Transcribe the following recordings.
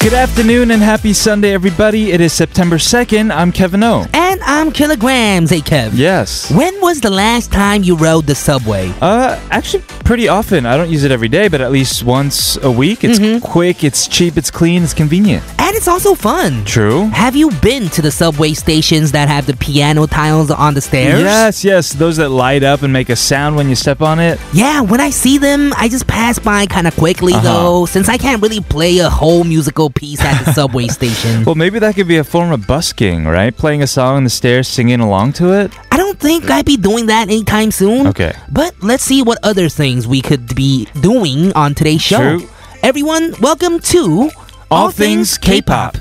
Good afternoon and happy Sunday, everybody. It is September 2nd. I'm Kevin O. And I'm kilograms, hey Kev. Yes. When was the last time you rode the subway? Uh, actually, pretty often. I don't use it every day, but at least once a week. It's quick, it's cheap, it's clean, it's convenient. And it's also fun. True. Have you been to the subway stations that have the piano tiles on the stairs? Yes, yes. Those that light up and make a sound when you step on it. Yeah, when I see them, I just pass by kind of quickly Uh-huh. though, since I can't really play a whole musical piece at the subway station. Well, maybe that could be a form of busking, right? Playing a song on the stairs, singing along to it. I don't think I'd be doing that anytime soon. Okay. But let's see what other things we could be doing on today's show. True. Everyone, welcome to All Things K-Pop.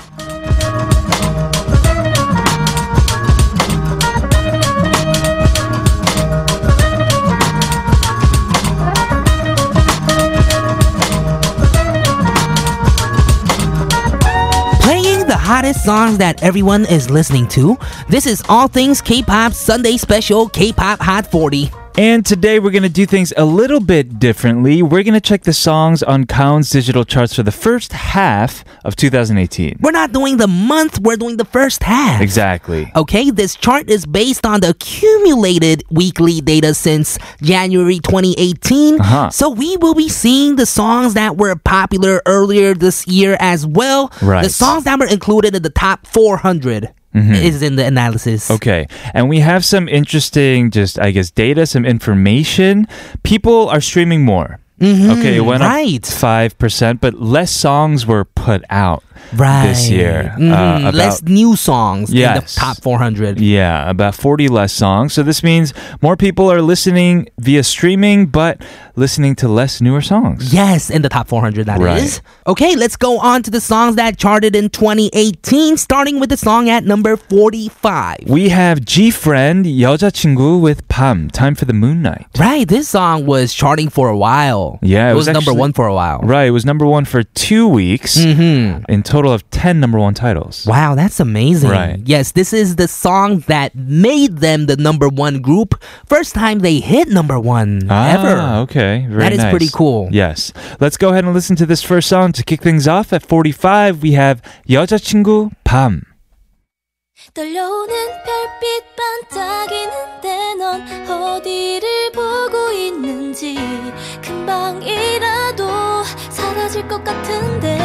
Playing the hottest songs that everyone is listening to. This is All Things K-pop Sunday Special K-pop Hot 40. And today we're going to do things a little bit differently. We're going to check the songs on Kaon's digital charts for the first half of 2018. We're not doing the month, we're doing the first half. Exactly. Okay, this chart is based on the accumulated weekly data since January 2018. Uh-huh. So we will be seeing the songs that were popular earlier this year as well. Right. Mm-hmm. The songs that were included in the top 400 is in the analysis. Okay. And we have some interesting, just I guess, data, some information. People are streaming more. okay, it went Mm-hmm. right. up 5%, but less songs were put out Right. this year. uh, Mhm, about- Less new songs in the Yes. top 400. Yeah, about 40 less songs. So this means more people are listening via streaming, but listening to less newer songs. Yes, in the top 400, that is. Right. Okay, let's go on to the songs that charted in 2018, starting with the song at number 45. We have G Friend 여자친구 with Pam. Time for the Moon Night. Right, this song was charting for a while. Yeah, it, it was, was number actually- one for a while. Right, it was number one for two weeks. In total of ten number one titles. Mm-hmm. Wow, that's amazing. Right. Yes, this is the song that made them the number one group. First time they hit number one Ah, ever. okay. Very That is nice. pretty cool. Yes. Let's go ahead and listen to this first song to kick things off. At 45, we have 여자친구 밤. 떨려오는 별빛 반짝이는데 넌 어디를 보고 있는지 금방이라도 사라질 것 같은데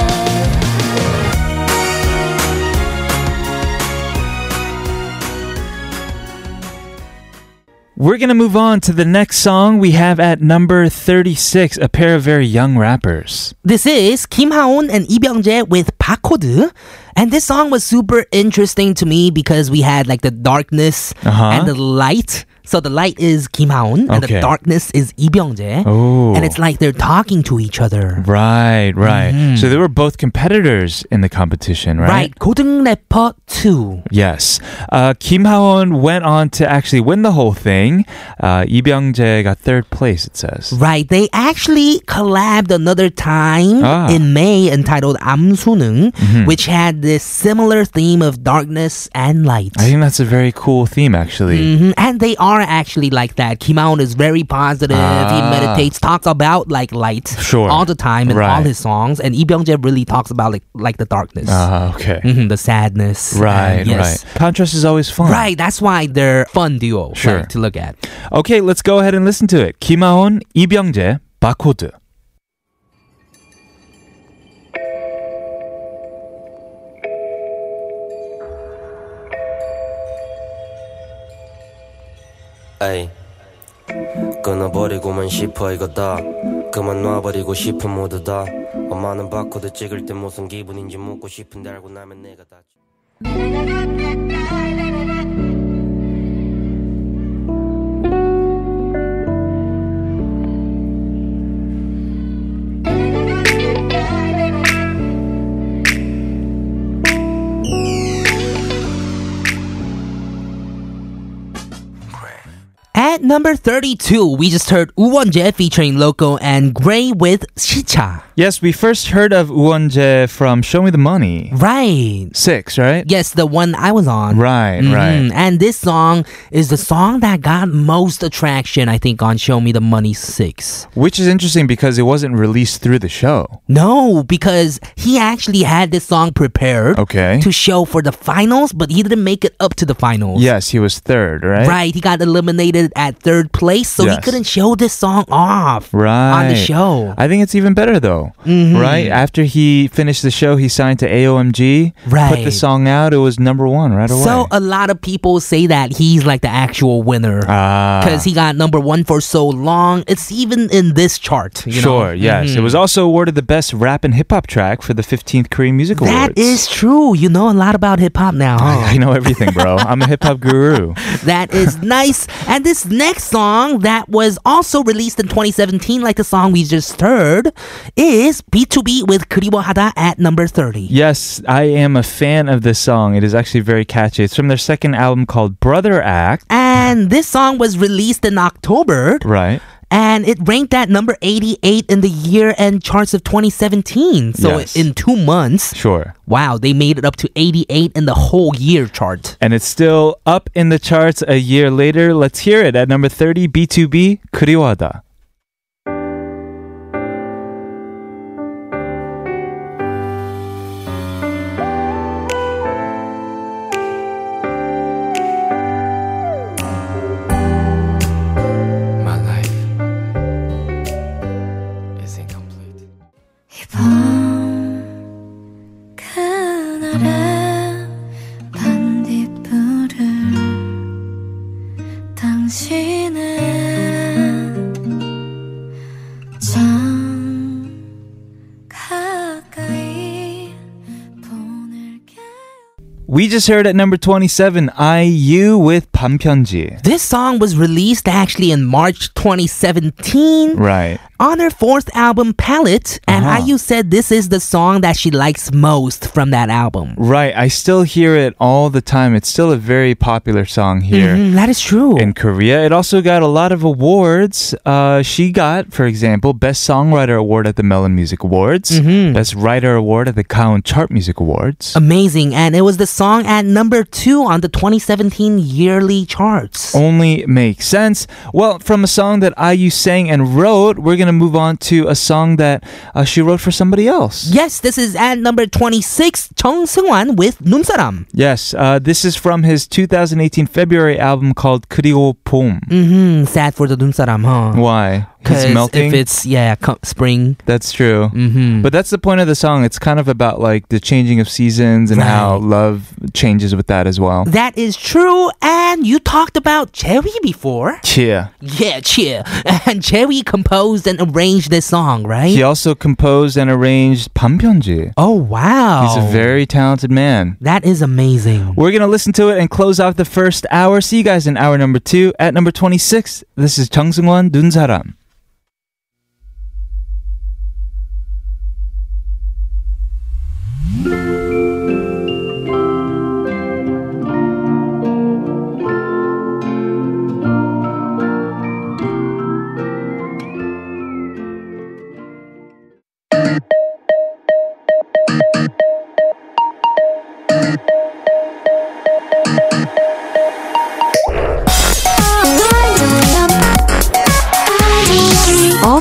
We're going to move on to the next song we have at number 36, a pair of very young rappers. This is Kim Haon and Lee Byung-jae with Bakode. And this song was super interesting to me because we had like the darkness Uh-huh. and the light. So the light is Kim Haon and the Okay. darkness is Lee Byung-jae. Oh. And it's like they're talking to each other. Right, right. So they were both competitors in the competition, right? Mm-hmm. Right. 고등 래퍼 2. Yes. Uh, Kim Haon went on to actually win the whole thing. Uh, Lee Byung-jae got third place, it says. Right, they actually collabed another time Ah. Mm-hmm. in May entitled 암수능, which had this similar theme of darkness and light. I think that's a very cool theme, actually. Mhm, And they are actually like that. Kimaon is very positive. He Ah. meditates, talks about like light Sure. all the time in all Right. his songs. And Lee Byung-jae really talks about like like the darkness, Ah, okay. Mhm, the sadness. Right, and yes. right. Contrast is always fun. Right, that's why they're fun duo like, Sure. to look at. Okay, let's go ahead and listen to it. 김하온, 이병재, 바코드. 에이 끊어버리고만 싶어 이거 다 그만 놔버리고 싶은 모두 다 엄마는 바코드 찍을 때 무슨 기분인지 묻고 싶은데 알고 나면 내가 다 At number 32, we just heard Uwonje featuring Loco and Gray with Shicha. Yes, we first heard of Uwonje from Show Me the Money. Right. Six, right? Yes, the one I was on. Right, Mhm. right. And this song is the song that got most attraction, I think, on Show Me the Money 6. Which is interesting because it wasn't released through the show. No, because he actually had this song prepared Okay. to show for the finals, but he didn't make it up to the finals. Yes, he was third, right? Right, he got eliminated at third place, so he Yes. couldn't show this song off Right. on the show. Mm-hmm. I think it's even better though. Right? After he finished the show, he signed to AOMG, put Right. the song out. It was number one right away. So uh, a lot of people say that he's like the actual winner ah. because he got number one for so long. It's even in this chart. You sure, know? yes. mm-hmm. It was also awarded the best rap and hip hop track for the 15th Korean Music Awards. That is true. You know a lot about hip hop now. huh? I know everything, bro. I'm a hip hop guru. that is nice. And this next song that was also released in 2017, like the song we just heard, is B2B with Kuribo Hada at number 30. Yes, I am a fan of this song. It is actually very catchy. It's from their second album called Brother Act. And this song was released in October, Right. and it ranked at number 88 in the year-end charts of 2017. So Yes. in two months, Sure. Wow, they made it up to 88 in the whole year chart. And it's still up in the charts a year later. Let's hear it at number 30, B2B, 그리워하다. My life is incomplete. 이밤 그날의 반딧불을 당신은 참 가까이 보낼게 We just heard at number 27, IU with 반편지. This song was released actually in March 2017 Right. on her fourth album, Palette, and Uh-huh. IU said this is the song that she likes most from that album. Right. I still hear it all the time. It's still a very popular song here. Mhm, that is true. In Korea, it also got a lot of awards. Uh, she got, for example, Best Songwriter Award at the Melon Music Awards, Best Writer Award at the Gaon Chart Music Awards. Amazing, and it was the song at number two on the 2017 yearly charts. only makes sense. Well, from a song that IU sang and wrote, we're going to move on to a song that uh, she wrote for somebody else. Yes, this is at number 26, Chung Seung-wan with 눈사람. Yes, uh, this is from his 2018 February album called 그리고 봄. Mm, sad for the 눈사람, huh? Why? He's 'Cause melting. if it's, yeah, co- spring. that's true. Mm-hmm. But that's the point of the song. It's kind of about like the changing of seasons and how love changes with that as well. That is true. And you talked about Jerry before. Yeah. Yeah, cheer. And Jerry composed and arranged this song, right? He also composed and arranged 반편지. Oh, wow. He's a very talented man. That is amazing. We're going to listen to it and close off the first hour. See you guys in hour number two. At number 26, this is Chung Seung-won, 눈 사람. All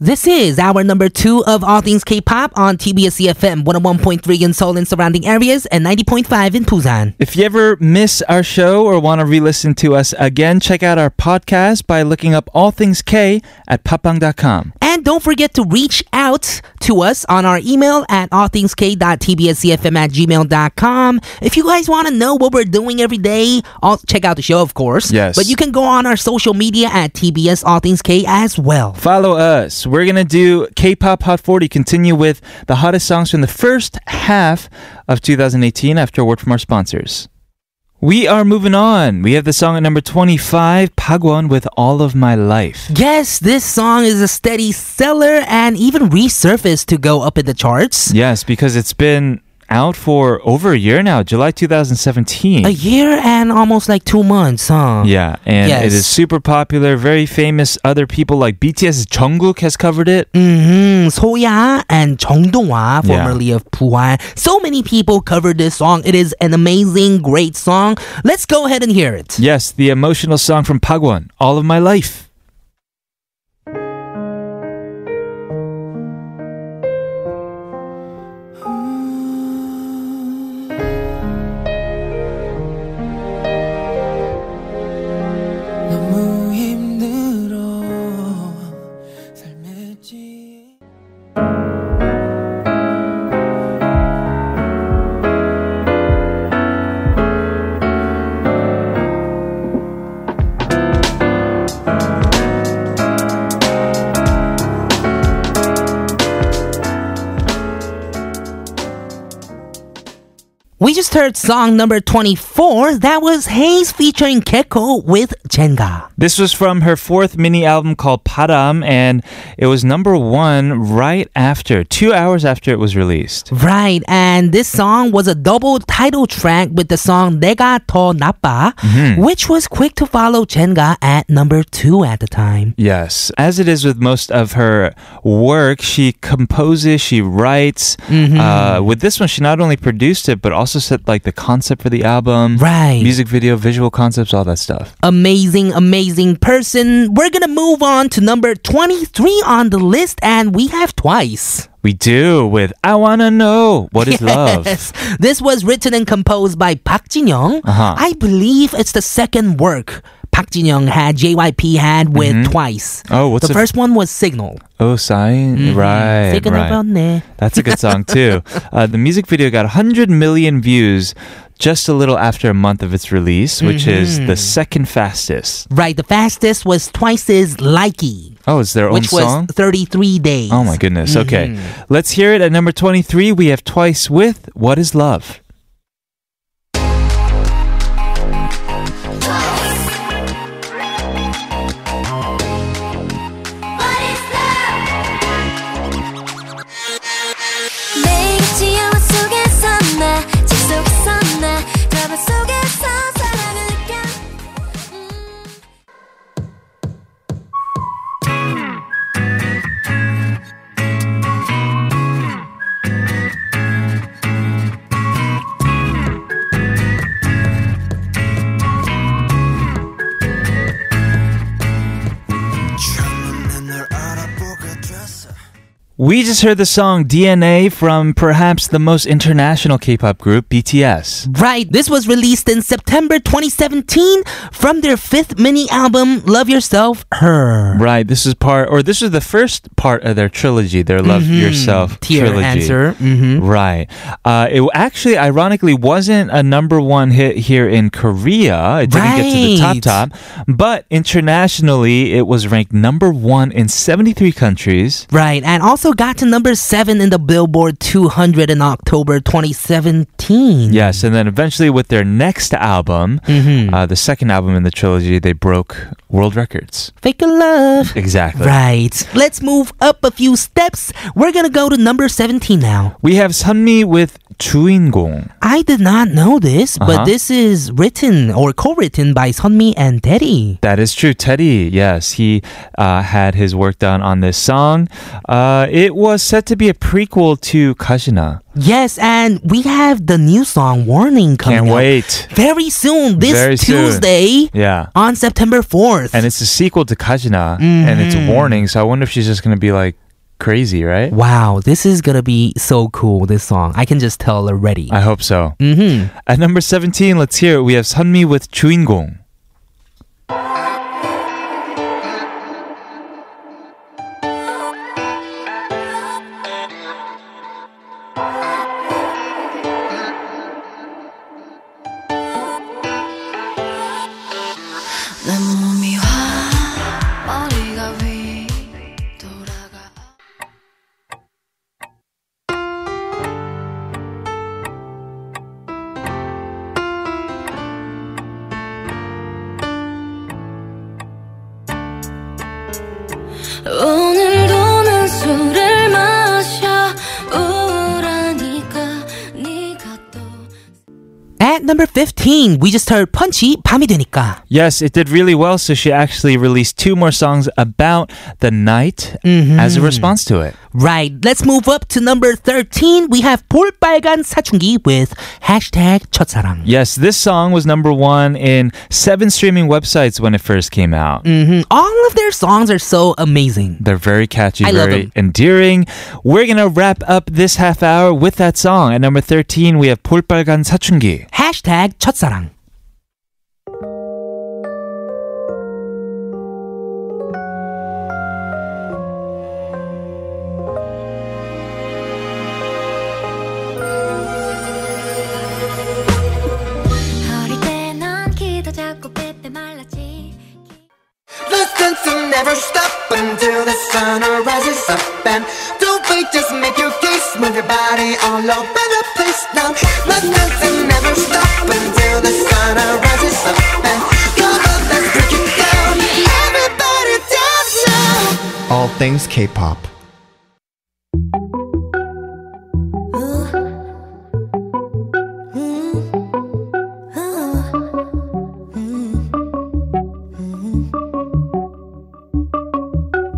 This is our number two of All Things K-Pop on TBS EFM 101.3 in Seoul and surrounding areas and 90.5 in Busan. If you ever miss our show or want to re listen to us again, check out our podcast by looking up All Things K at papang.com. And don't forget to reach out to us on our email at allthingsk.tbscfm E at gmail.com. If you guys want to know what we're doing every day, all, check out the show, of course. Yes. But you can go on our social media at TBS All Things K as well. Follow us. We're going to do K pop Hot 40, continue with the hottest songs from the first half of 2018 after a word from our sponsors. We are moving on. We have the song at number 25, Pagwon with All of My Life. Yes, this song is a steady seller and even resurfaced to go up in the charts. Yes, because it's been out for over a year now, July 2017. A year and almost like two months, huh? Yeah, and it Yes. is super popular, very famous. Other people like BTS's Jungkook has covered it. hmm Soya and Chong Dong-hwa, formerly of Puan. So many people covered this song. It is an amazing, great song. Let's go ahead and hear it. Yes, the emotional song from Pagwon, All of My Life. 너무 힘들어 삶의 지 We just heard song number 24. That was Hayes featuring Keko with Jenga. This was from her fourth mini album called Param, and it was number one right after, two hours after it was released. Right, and this song was a double title track with the song 내가 더 나빠, which was quick to follow Jenga at number two at the time. Yes. As it is with most of her work, she composes, she writes. Mm-hmm. Uh, with this one, she not only produced it, but also set like the concept for the album. Right. Music video, visual concepts, all that stuff. amazing, amazing person. We're gonna move on to number 23 on the list, and we have twice. We do with I Wanna Know What Is Love. Yes. This was written and composed by Park Jin Young. Uh-huh. I believe it's the second work Park Jin Young had, JYP had with twice. Oh, what's the a- first Mm-hmm. one was Signal. Oh, sign. Right. Signal right. 번네. That's a good song too. Uh, the music video got 100 million views just a little after a month of its release, which is Mm-hmm. the second fastest. Right, the fastest was Twice's Likey, Oh, it's their which own was song. 33 days. Oh my goodness. Okay. Mm-hmm. Let's hear it at number 23. We have Twice with What is Love. 매일 지영화 속에서 나 집속에서 나 드라마 속에서 사랑을 느껴 음. We just heard the song DNA from perhaps the most international K-pop group, BTS. Right, this was released in September 2017 from their fifth mini album, Love Yourself, Her. Right, this is part, or this is the first part of their trilogy, their "Love Yourself" Tier trilogy. Mm-hmm. answer. hmm Right. Uh, it actually, ironically, wasn't a number one hit here in Korea. It didn't get to the top Right. top, but internationally, it was ranked number one in 73 countries. Right, and also got to number seven in the Billboard 200 in October 2017. Yes, and then eventually with their next album, Mm-hmm. uh, the second album in the trilogy, they broke world records. Fake a love. Exactly. Right, let's move up a few steps. We're gonna go to number 17 now. We have Sunmi with 주인공. I did not know this, Uh-huh. but this is written or co-written by Sunmi and Teddy. That is true. Teddy, yes, he uh, had his work done on this song. Uh, it was said to be a prequel to Kajina. Yes, and we have the new song Warning Can't coming up wait. very soon this Very soon. Tuesday Yeah. on September 4th. And it's a sequel to Kajina, and it's a Mm-hmm. warning, so I wonder if she's just going to be like crazy, right? wow, this is going to be so cool this song. I can just tell already. I hope so. mhm. At number 17, let's hear it. We have Sunmi with 주인공. 내 몸이 화 머리가 위 돌아가 오늘도 난 술을 마셔 우울하니까 네가 또 At number 15, we just heard Punchy 밤이 되니까. Yes, it did really well, so she actually released two more songs about the night Mm-hmm. as a response to it. Right, let's move up to number 13. We have 볼빨간 사춘기 with hashtag 첫사랑. Yes, this song was number one in seven streaming websites when it first came out. Mhm. All of their songs are so amazing. They're very catchy, I love very them. endearing. We're gonna wrap up this half hour with that song. At number thirteen, we have 볼빨간 사춘기. hashtag 첫사랑. 어릴 때 넌 기도 잡고 빼빼 말랐지 Listen to never stop until the sun rises up and don't wait, just make your case, move your body all over the place now. Listen to never stop until the sun rises up and come on, let's break it down. Everybody dance now. All things K-pop.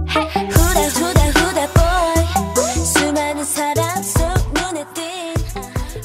후달 후달 후달 boy 수많은 사람 속 눈에 띈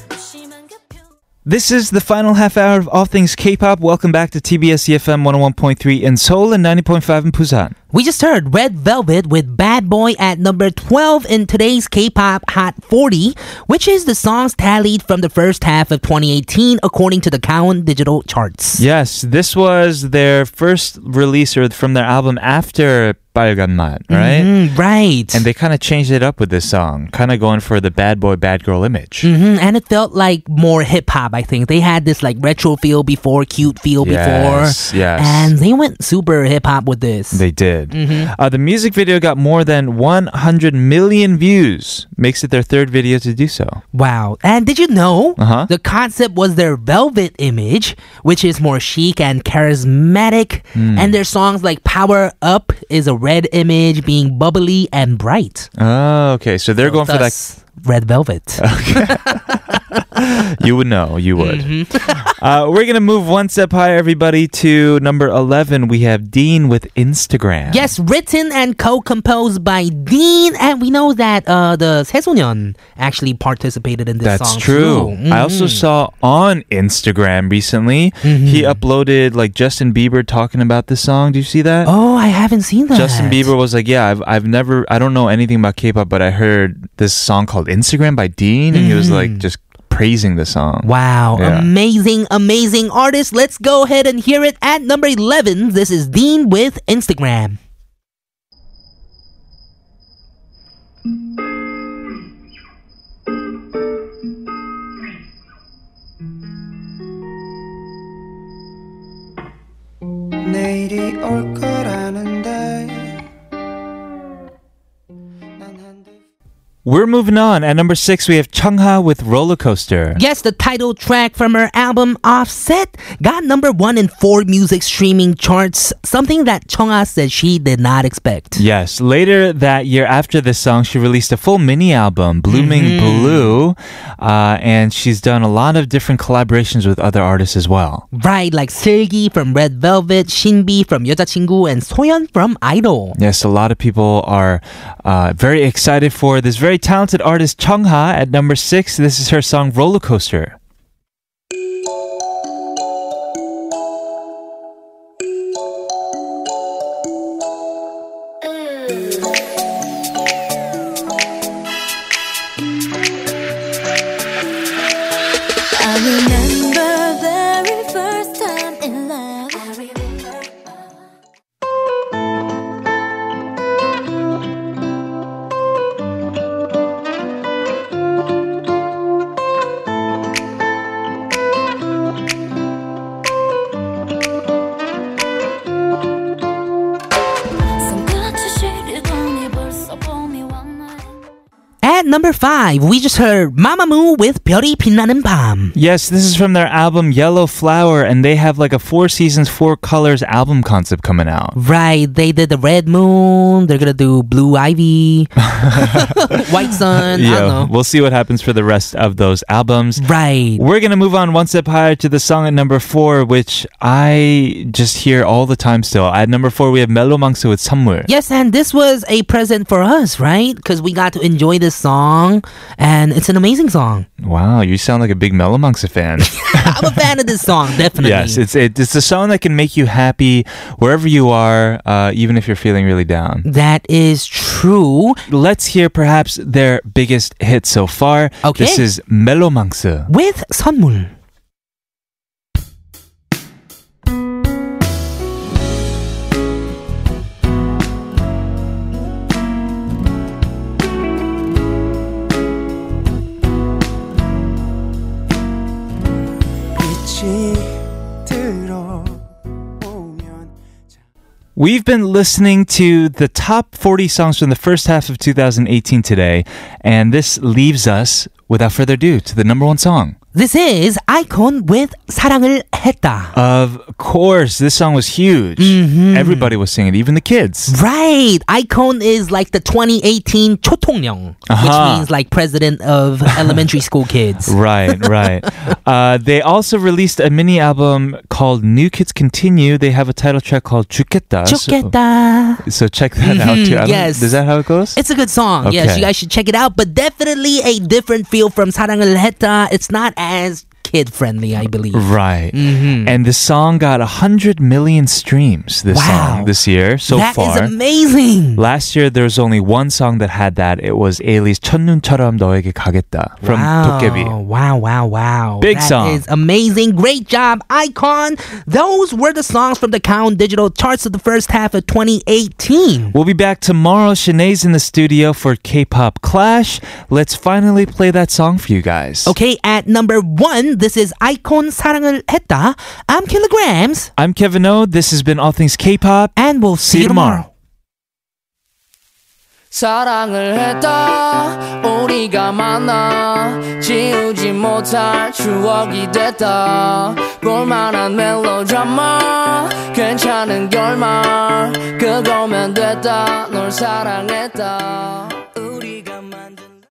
무심한 그 표- This is the final half hour of All Things K-pop. Welcome back to TBS EFM 101.3 in Seoul and 90.5 in Busan. We just heard Red Velvet with Bad Boy at number 12 in today's K-pop Hot 40, which is the songs tallied from the first half of 2018 according to the Gaon Digital Charts. Yes, this was their first release or from their album after 빨간 맛, right? Mm, right. And they kind of changed it up with this song, kind of going for the bad boy, bad girl image. hmm and it felt like more hip hop. I think they had this like retro feel before, cute feel Yes, before, yes. and they went super hip hop with this. They did. Uh, the music video got more than 100 million views, makes it their third video to do so. wow! And did you know Uh-huh. the concept was their velvet image, which is more chic and charismatic, Hmm. and their songs like "Power Up" is a red image, being bubbly and bright. Oh, okay. So they're going for that Thus, red velvet. You would know. You would. Uh, we're going to move one step higher, everybody, to number 11. We have Dean with Instagram. Yes, written and co-composed by Dean, and we know that uh, the 새소년 actually participated in this That's song. true. too. Mm-hmm. I also saw on Instagram recently, he Mm-hmm. uploaded like Justin Bieber talking about this song. Do you see that? Oh, I haven't seen that. Justin Bieber was like, "Yeah, I've I've never I don't know anything about K-pop, but I heard this song called Instagram by Dean, and he was like Mm-hmm. just praising the song." Wow, Yeah. amazing, amazing artist. Let's go ahead and hear it at number 11. This is Dean with Instagram. 내일이 올 거라는데 난 한두 We're moving on. At number six, we have Chungha with Roller Coaster. Yes, the title track from her album Offset got number one in four music streaming charts, something that Chonga said she did not expect. Yes. Later that year, after this song, she released a full mini album, Blooming Mm-hmm. Blue, uh, and she's done a lot of different collaborations with other artists as well. Right, like Silgi from Red Velvet, Shinbi from 여자친구, and Soyeon from Idol. Yes, a lot of people are uh, very excited for this very talented artist Chungha at number six. This is her song Roller Coaster. I remember very first time in love. I remember. 손같이 시리더니 벌써 봄이 왔네. At number 5, we just heard Mamamoo with 별이 빛나는 밤. Yes, this is from their album Yellow Flower, and they have like a Four Seasons, Four Colors album concept coming out. Right, they did the Red Moon, they're gonna do Blue Ivy, White Sun, I don't know. we'll see what happens for the rest of those albums. Right. We're going to move on one step higher to the song at number four, which I just hear all the time still. At number four, we have Melo Mangsu with Somewhere. Yes, and this was a present for us, right? Because we got to enjoy this song, and it's an amazing song. Wow, you sound like a big Melo Mangsu fan. I'm a fan of this song, definitely. yes, it's it, it's a song that can make you happy wherever you are, uh, even if you're feeling really down. that is true. Let's hear perhaps their biggest hit so far. Okay. This is Melo Mangsu. With 선물. 빛이 들어오면 We've been listening to the top 40 songs from the first half of 2018 today, and this leaves us, without further ado, to the number one song. This is Icon with 사랑을 했다. Of course, this song was huge. Everybody was singing, it, even the kids. Right, Icon is like the 2018 초통령, Uh-huh. which means like president of elementary school kids. Right, right. uh, they also released a mini album called New Kids Continue. They have a title track called Chuketa. 좋겠다. So, so check that out too. I don't- Mm-hmm. yes. Is that how it goes? It's a good song. Yes, Okay. you guys should check it out. But definitely a different feel from 사랑을 했다. It's not as kid friendly, I believe. Right. And the song got 100 million streams this Mm-hmm. Wow. song this year so That is far. amazing. Last year, there was only one song that had that. It was Ailey's 첫눈처럼 너에게 가겠다 from wow. 도깨비. Wow, wow, wow. Big That song. is amazing. Great job, Icon. Those were the songs from the Count Digital charts of the first half of 2018. We'll be back tomorrow. Sinead's in the studio for K-pop Clash. Let's finally play that song for you guys. Okay, at number one, this is Icon 사랑을 했다. I'm Kilograms, I'm Kevin O. This has been All Things K-pop. and we'll see, See you tomorrow. 사랑을 했다 우리가 만나 지우지 못할 추억이 됐다 볼만한 멜로드라마 괜찮은 결말 그거면 됐다 널 사랑했다